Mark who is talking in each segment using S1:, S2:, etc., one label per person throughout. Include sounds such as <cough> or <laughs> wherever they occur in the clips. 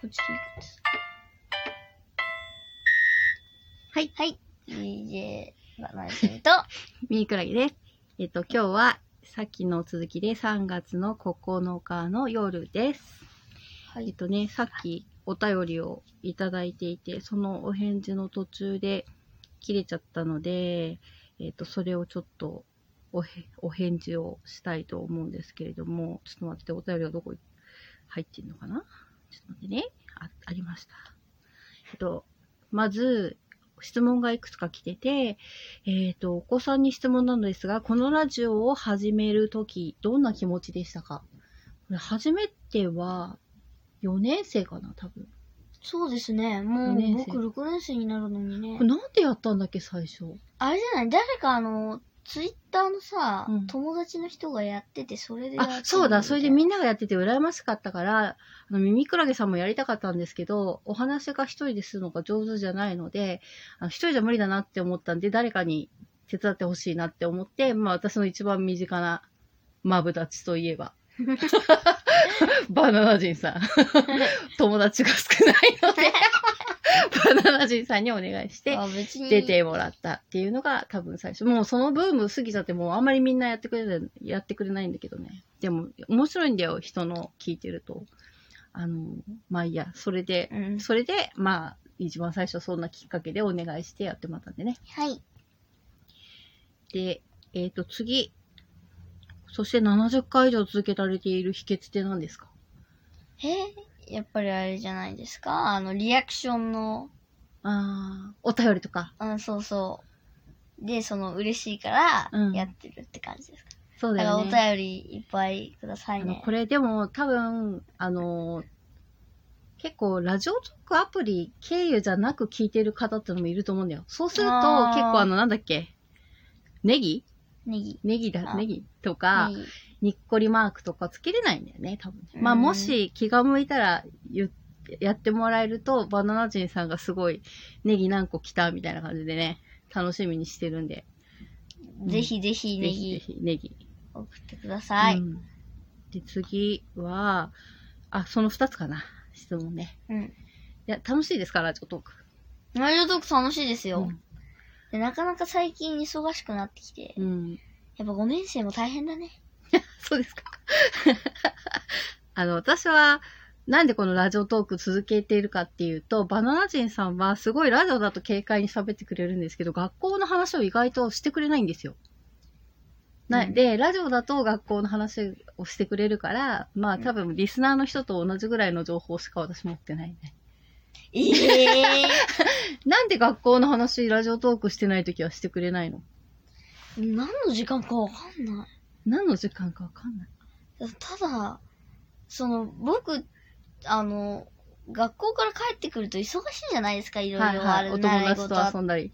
S1: こっちです。はい。はい。DJ バナナさんと、
S2: ミニクラゲです。えっ、と、今日は、さっきの続きで3月の9日の夜です。
S1: は
S2: えっ、とね、さっきお便りをいただいていて、そのお返事の途中で切れちゃったので、えっ、と、それをちょっとおへ、お返事をしたいと思うんですけれども、ちょっと待って、お便りはどこに入ってんのかなちょっと待ってね。あ、ありました。えっ、と、まず、質問がいくつか来てて、えっ、と、お子さんに質問なのですが、このラジオを始めるとき、どんな気持ちでしたかこれ、初めては、4年生かな、多分。
S1: そうですね。もう
S2: 四年生
S1: 僕6年生になるのにね
S2: これ。なんでやったんだっけ、最初。
S1: あれじゃない誰かあの、ツイッターのさ、
S2: うん
S1: 友達の人がやってて、それでやってる
S2: あ、そうだ、それでみ
S1: ん
S2: んながやってて羨ましかったから、あの、ミミクラゲさんもやりたかったんですけど、お話が一人でするのが上手じゃないので、あの一人じゃ無理だなって思ったんで、誰かに手伝ってほしいなって思って、まあ私の一番身近なマブダチといえ <laughs> ば、バナナ人さ <laughs> ん。友達が少ないの <laughs> で、バナナ人さんにお願いして、
S1: あ別に
S2: 出てもらったっていうのが多分最初。もうそのブーム過ぎちゃって、もうあんまりみんなやってくれない、やってくれないんだけどね。でも、面白いんだよ、人の聞いてると。あの、まあいいや、それで、
S1: うん。
S2: それで、まあ、一番最初そんなきっかけでお願いしてやってもらったんでね。
S1: はい。
S2: で、えっ、と、次。そして70回以上続けられている秘訣って何ですか
S1: えやっぱりあれじゃないですかあの、リアクションの、
S2: ああ、お便りとか。
S1: うん、そうそう。で、その、嬉しいから
S2: う、ん
S1: やってるって感じですか。
S2: そうだ
S1: だから
S2: よ
S1: お
S2: ね。
S1: 便りいっぱいください
S2: あの
S1: ね
S2: こ。れでも多分、あの、結構ラジオトークアプリ経由じゃなく聞いてる方ってのもいると思うんだよ。そうすると結
S1: あー
S2: 構あのなんだっけネギ
S1: ネギ。
S2: ネギだ、
S1: あ
S2: ネギとか
S1: ネ、ギ
S2: にっこりマークとかつけれないんだよね、多分。まあ
S1: うん
S2: もし気が向いたら言ってやってもらえると、バナナ人さんがすごいネギ何個来たみたいな感じでね、楽しみにしてるんで、
S1: ぜひぜひネ
S2: ぜひ
S1: ギ
S2: ぜひネギ。
S1: 送ってくださ
S2: う
S1: い。
S2: んで、次は、あ、その二つかな。質問ね。
S1: うん。
S2: いや、楽しいですから、ちょっと。
S1: ラジオトーク楽しいですよ
S2: う。ん
S1: でなかなか最近忙しくなってきて、
S2: うん。
S1: やっぱ5年生も大変だね。
S2: そうですか。 <laughs> あの、私は、なんでこのラジオトーク続けているかっていうと、バナナ人さんはすごいラジオだと軽快に喋ってくれるんですけど、学校の話を意外としてくれないんですよ。な
S1: うん
S2: で、ラジオだと学校の話をしてくれるから、まあ多分リスナーの人と同じぐらいの情報しか私持ってないね。
S1: え <laughs> え
S2: なんで学校の話、ラジオトークしてないときはしてくれないの
S1: ー、何の時間かわかんない。
S2: 何の時間かわかんない。
S1: ただ、その、僕、あの、学校から帰ってくると忙しいじゃないですか、いろいろある、
S2: お友
S1: 習い
S2: 達
S1: 事あ
S2: と遊んだり。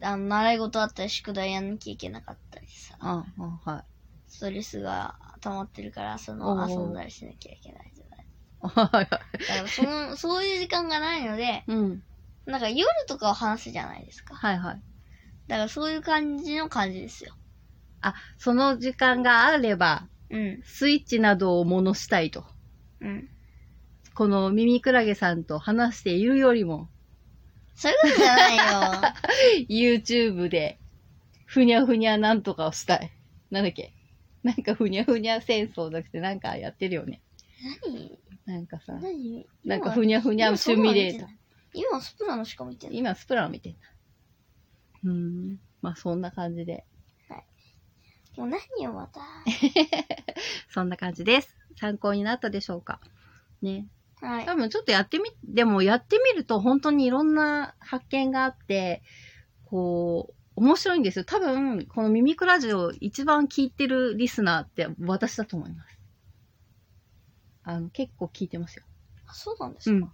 S1: あの、習い事あったり、宿題やんなきゃいけなかったりさ、
S2: ああ、はい。
S1: ストレスが溜まってるから、そ
S2: お
S1: の、
S2: ー
S1: 遊んだりしなきゃいけないじゃない。
S2: はいはい。
S1: だから、そ
S2: <laughs>
S1: の、そういう時間がないので、
S2: うん。
S1: なんか夜とかは話すじゃないですか。
S2: はいはい。
S1: だから、そういう感じの感じですよ。
S2: あ、その時間があれば、
S1: うん、
S2: スイッチなどを物したいと。
S1: うん。
S2: このミミクラゲさんと話しているよりも、
S1: そういうことじゃ
S2: <laughs>
S1: ないよ。
S2: YouTube で、ふにゃふにゃなんとかをしたい。なんだっけなんかふにゃふにゃ戦争じゃなくてなんかやってるよね。
S1: 何
S2: なんかさ、
S1: 何
S2: なんかふにゃふにゃシミュレーター。
S1: 今今スプラのしか見てない。
S2: 今、スプラを見てんだ。うーん。まあ、そんな感じで。
S1: もう何よ、また。
S2: そんな感じです。参考になったでしょうか。ね。
S1: はい。
S2: 多分ちょっとやってみ、でもやってみると本当にいろんな発見があって、こう、面白いんですよ。多分、このミミクラジオ一番聞いてるリスナーって私だと思います。あの、結構聞いてますよ。
S1: あそうなんです
S2: う
S1: か、
S2: ん。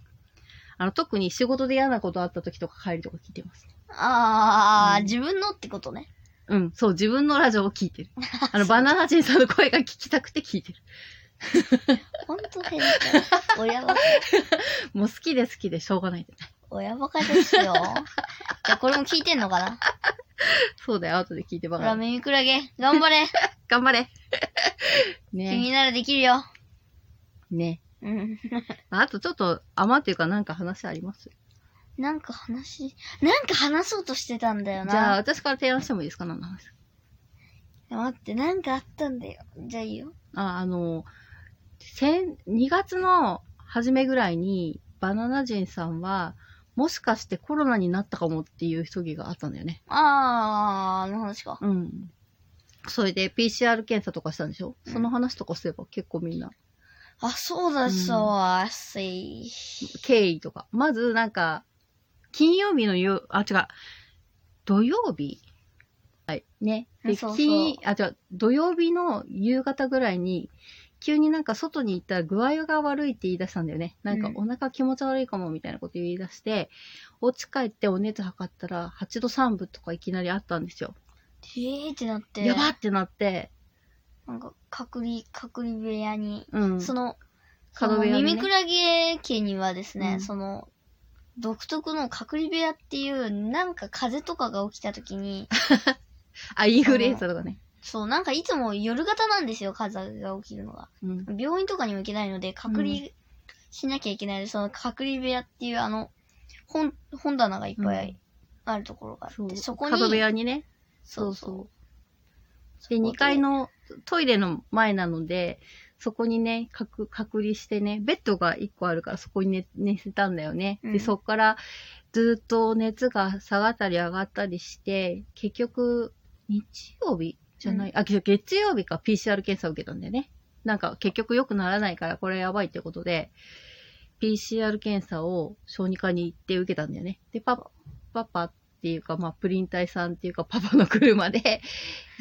S2: あの、特に仕事で嫌なことあった時とか帰りとか聞いてます。
S1: ああ、
S2: うん
S1: 自分のってことね。
S2: うん、そう、自分のラジオを聞いてる。
S1: <laughs>
S2: あの、バナナ人さんの声が聞きたくて聞いてる。
S1: ほんと変だ。親バカ、
S2: もう好きで好きでしょうがないんだよね。
S1: 親バカです
S2: <laughs>
S1: よ。じゃあこれも聞いてんのかな
S2: そうだよ、後で聞いてば
S1: ほ、
S2: からり。
S1: ミミク <laughs>
S2: <laughs>
S1: ラゲ、頑張れ。
S2: 頑張れね
S1: 君ならできるよ。
S2: ね。
S1: うん。
S2: あとちょっと、余っていうかなんか話あります
S1: なんか話、なんか話そうとしてたんだよな。
S2: じゃあ、私から提案してもいいですか何の話
S1: 待って、なんかあったんだよ。じゃあいいよ。
S2: あ、あの、先、2月の初めぐらいに、バナナ人さんは、もしかしてコロナになったかもっていう人気があったんだよね。
S1: あー、あの話か。
S2: うん。それで PCR 検査とかしたんでしょ、
S1: うん
S2: その話とかすれば結構みんな、
S1: あ、そうだ、そう、暑い。
S2: 経緯とか。まずなんか、金曜日の夜、あ、違う、土曜日はい、ね。で、
S1: そうそう
S2: 金、あ、違う、土曜日の夕方ぐらいに、急になんか外に行ったら具合が悪いって言い出したんだよね。なんか
S1: うん
S2: お腹気持ち悪いかもみたいなこと言い出して、お家帰ってお熱測ったら8度3分とかいきなりあったんですよ。
S1: えーってなって。
S2: やばってなって、
S1: なんか、隔離、隔離部屋に。
S2: うん。
S1: その、そ
S2: 角
S1: の
S2: 部屋にね
S1: 耳クラゲ家にはですね、
S2: うん
S1: その、独特の隔離部屋っていう、なんか風邪とかが起きた時に、
S2: あ、インフルエンザとかね。
S1: そう、なんかいつも夜型なんですよ、風邪が起きるのが。
S2: うん。
S1: 病院とかにも行けないので、隔離しなきゃいけない、その隔離部屋っていう、あの、本、本棚がいっぱいあるところがあって、そこに、
S2: 角部屋にね。
S1: そうそう。
S2: で、
S1: そこ
S2: 2階のトイレの前なので、そこにね、隔隔離してね、ベッドが1個あるからそこに寝寝せたんだよね。
S1: うん
S2: で、そこからずっと熱が下がったり上がったりして、結局、日曜日じゃない、あ、けど月曜日か PCR 検査を受けたんだよね。なんか結局良くならないからこれやばいってことで、PCR 検査を小児科に行って受けたんだよね。で、パパパっていうか、まあ、プリン体さんっていうか、パパの車で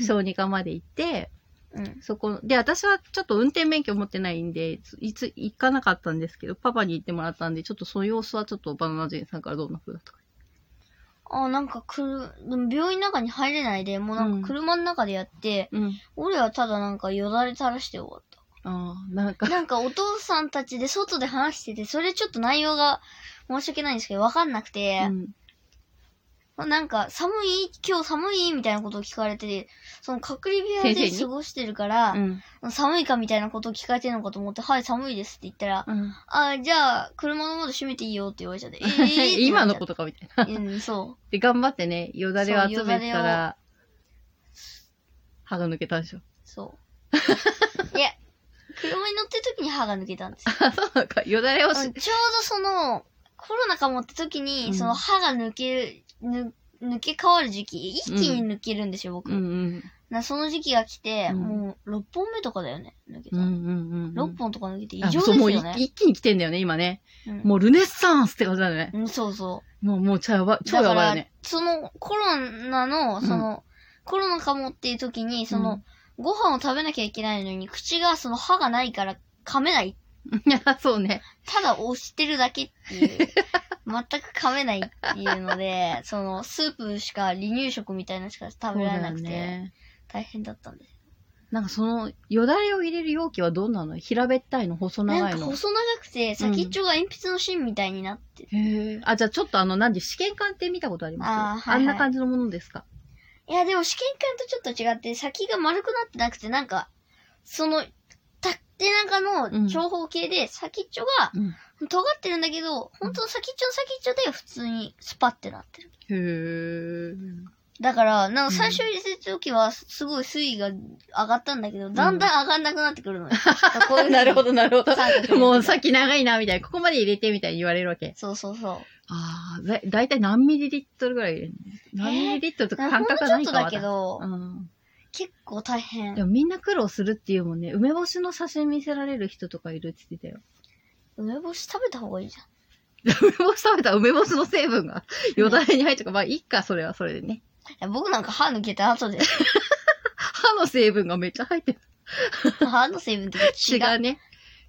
S2: 小児科まで行って、
S1: うん。
S2: そこ、で、私はちょっと運転免許持ってないんで、いつ、行かなかったんですけど、パパに行ってもらったんで、ちょっとその様子はちょっとバナナ人さんからどんな風だったか。
S1: あ、なんかくる、でも病院の中に入れないで、もうなんか車の中でやって、
S2: うん。
S1: 俺はただなんかよだれ垂らして終わっ
S2: <laughs> ああ、なんか
S1: た。、なんかお父さんたちで外で話してて、それちょっと内容が申し訳ないんですけど、わかんなくて、
S2: うん。
S1: なんか寒い今日寒いみたいなことを聞かれて、その隔離部屋
S2: 先
S1: で
S2: 生に
S1: 過ごしてるから
S2: う、ん。
S1: 寒いかみたいなことを聞かれてるのかと思って、はい、寒いですって言ったら、
S2: うん、
S1: あ、じゃあ、車の窓閉めていいよって言われちゃ
S2: <laughs>
S1: って。え。
S2: 今のこととかみたいな。
S1: うん、そ
S2: で、頑張ってね、よだれを集
S1: そうよだ
S2: め
S1: れ
S2: た
S1: を
S2: ら、歯が抜けたんでしょ。 <laughs>
S1: う、そう。いや、車に乗ってる時に歯が抜けたんですよ。
S2: あ、そうなんか、よだれをし、
S1: うんちょうどその、コロナかもって時
S2: うん
S1: に、その歯が抜ける、ぬ抜け変わる時期、一気に抜けるんですよ、僕。
S2: うんうん。
S1: なその時期が来て、
S2: うん
S1: もう、6本目とかだよね、抜けた
S2: うんう。んうん。
S1: 6本とか抜けて異常
S2: あ
S1: です
S2: そうもう
S1: よね。
S2: い一気に来てんだよね、今ね。
S1: うん
S2: もうルネッサンスって感じだね。
S1: うん、そうそう。
S2: もう、もう、ちゃやばい、超
S1: だ
S2: や
S1: か
S2: ばいよ
S1: ら
S2: ね。 <laughs>
S1: そのコロナの、その、コロナかもっていう時に、その、ご飯を食べなきゃいけないのに、口がその歯がないから噛めない。
S2: いや、そうね。
S1: ただ押してるだけっていう。
S2: <laughs>
S1: 全く噛めないっていうので、その、スープしか離乳食みたいなのしか食べられなく
S2: そう
S1: て、
S2: だよね。
S1: 大変だったんです。
S2: なんかその、よだれを入れる容器はどんなの平べったいの細
S1: な
S2: 長
S1: ん
S2: い
S1: か
S2: の
S1: 細長くて、先っちょが鉛筆の芯みたいになってる。
S2: へえ。あ、じゃあちょっとあの、なんで試験管って見たことありま
S1: あ
S2: す
S1: ーはいはい
S2: んな感じのものですか
S1: いや、でも試験管とちょっと違って、先が丸くなってなくて、なんか、その、縦長
S2: うん
S1: の長方形で、先っちょが、
S2: うん。
S1: 尖ってるんだけど、本当の先っちょの先っちょで普通にスパってなってる。
S2: へ
S1: <laughs>
S2: え。
S1: だから、なんか最初入れてる時はすごい水位が上がったんだけど、だんだん上がんなくなってくるの
S2: <laughs>
S1: よ。こういうふうに
S2: なるほ。ど、 <laughs> なるほ
S1: 三角
S2: ど。
S1: に
S2: もう先長いな、みたいな。ここまで入れて、みたいに言われるわけ。
S1: そうそうそ
S2: ああ、だ、だいたい何ミリリットルぐらい入れるの何ミリリットル
S1: う。
S2: とか
S1: なん
S2: 感
S1: か
S2: 覚
S1: ほんのちょ
S2: がな
S1: っとだ
S2: いかわ
S1: け
S2: かんない
S1: ど、
S2: うん。
S1: 結構大変
S2: で。もみんな苦労するっていうもんね。梅干しの写真見せられる人とかいるって言ってたよ。
S1: 梅干し食べた方がいいじゃん。
S2: <laughs> 梅干し食べたら梅干しの成分がよだれに入ってるから、まあ、いっか、それはそれでね。
S1: いや僕なんか歯抜けた
S2: <laughs>
S1: 後で、
S2: 歯の成分がめっちゃ入ってる。
S1: 歯の成分とか
S2: 違
S1: 違う。
S2: うね。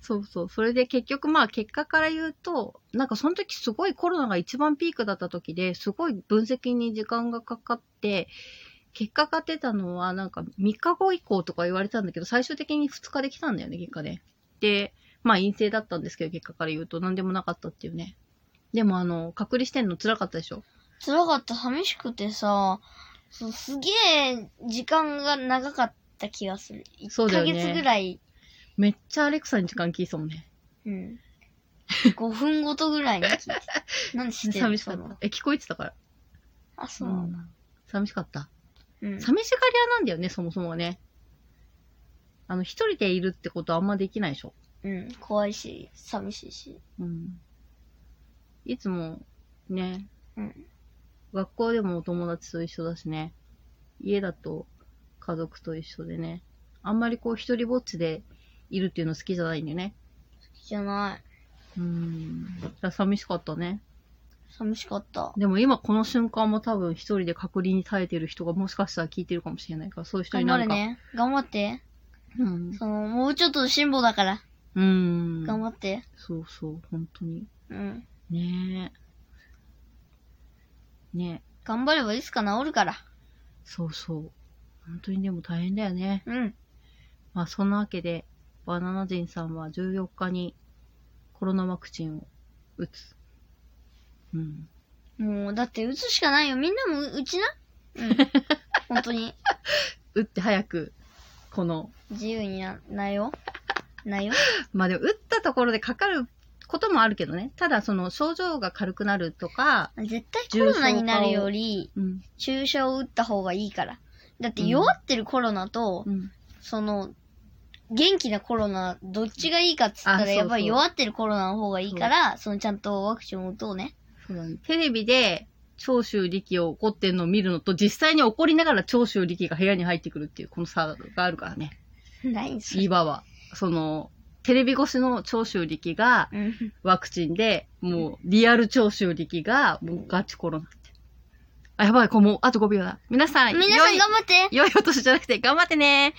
S2: そうそう。それで結局まあ結果から言うと、なんかその時すごいコロナが一番ピークだった時で、すごい分析に時間がかかって、結果が出たのはなんか3日後以降とか言われたんだけど、最終的に2日で来たんだよね、結果で。で、まあ陰性だったんですけど、結果から言うと何でもなかったっていうね。でもあの、隔離してんの辛かったでしょ
S1: 辛かった、寂しくてさ、そうすげえ時間が長かった気がする。
S2: そうだよね
S1: 1ヶ月ぐらい。
S2: めっちゃアレクサに時間聞いてたもんね。
S1: うん。5分ごとぐらいに聞いてた。なんで知ってる
S2: 寂しか
S1: そ
S2: った
S1: の。
S2: え、聞こえてたから。
S1: あ、そうなんだ。
S2: 寂しかった。
S1: うん。
S2: 寂しがり屋なんだよね、そもそもね。あの、一人でいるってことあんまできないでしょ。
S1: うん。怖いし、寂しいし。
S2: うん。いつも、ね、
S1: うん。
S2: 学校でもお友達と一緒だしね、家だと家族と一緒でね、あんまりこう一人ぼっちでいるっていうの好きじゃないんでね。
S1: じゃない。
S2: うん。だから寂しかったね。
S1: 寂しかった。
S2: でも今この瞬間も多分一人で隔離に耐えてる人がもしかしたら聞いてるかもしれないから、そういう人に
S1: 頑張
S2: なる
S1: る
S2: か。
S1: ね。頑張って。
S2: うん。
S1: その、もうちょっと辛抱だから。
S2: うん。
S1: 頑張って。
S2: そうそう、本当に。
S1: うん。
S2: ねえ。ねえ、
S1: 頑張ればいつか治るから。
S2: そうそう。本当にでも大変だよね。
S1: うん。
S2: まあそんなわけで、バナナ人さんは14日にコロナワクチンを打つ。うん。
S1: もう、だって打つしかないよ。みんなも打ちな。
S2: <laughs>
S1: うん。本当に。
S2: 打って早く、この、
S1: 自由にな、な <laughs> よ。なよ。
S2: まあでも打ったところでかかることもあるけどね。ただその症状が軽くなるとか、
S1: 絶対コロナになるより、
S2: うん。
S1: 注射を打った方がいいから。だって弱ってるコロナと、
S2: うん。
S1: その、元気なコロナ、どっちがいいかっつったら、
S2: あそうそう
S1: やっぱり弱ってるコロナの方がいいから、そのちゃんとワクチンを打とうね。
S2: そうだね。テレビで長州力を怒ってんのを見るのと、実際に怒りながら長州力が部屋に入ってくるっていう、この差があるからね。
S1: <laughs> ないんすよ。
S2: 今は、その、テレビ越しの長州力が
S1: うん。
S2: ワクチンで、もうリアル長州力がもうガチコロナって。あ、やばい、これもうあと5秒だ。皆さん、
S1: 皆さ
S2: 良
S1: ん
S2: い
S1: 頑張って
S2: 良いお年じゃなくて頑張ってね。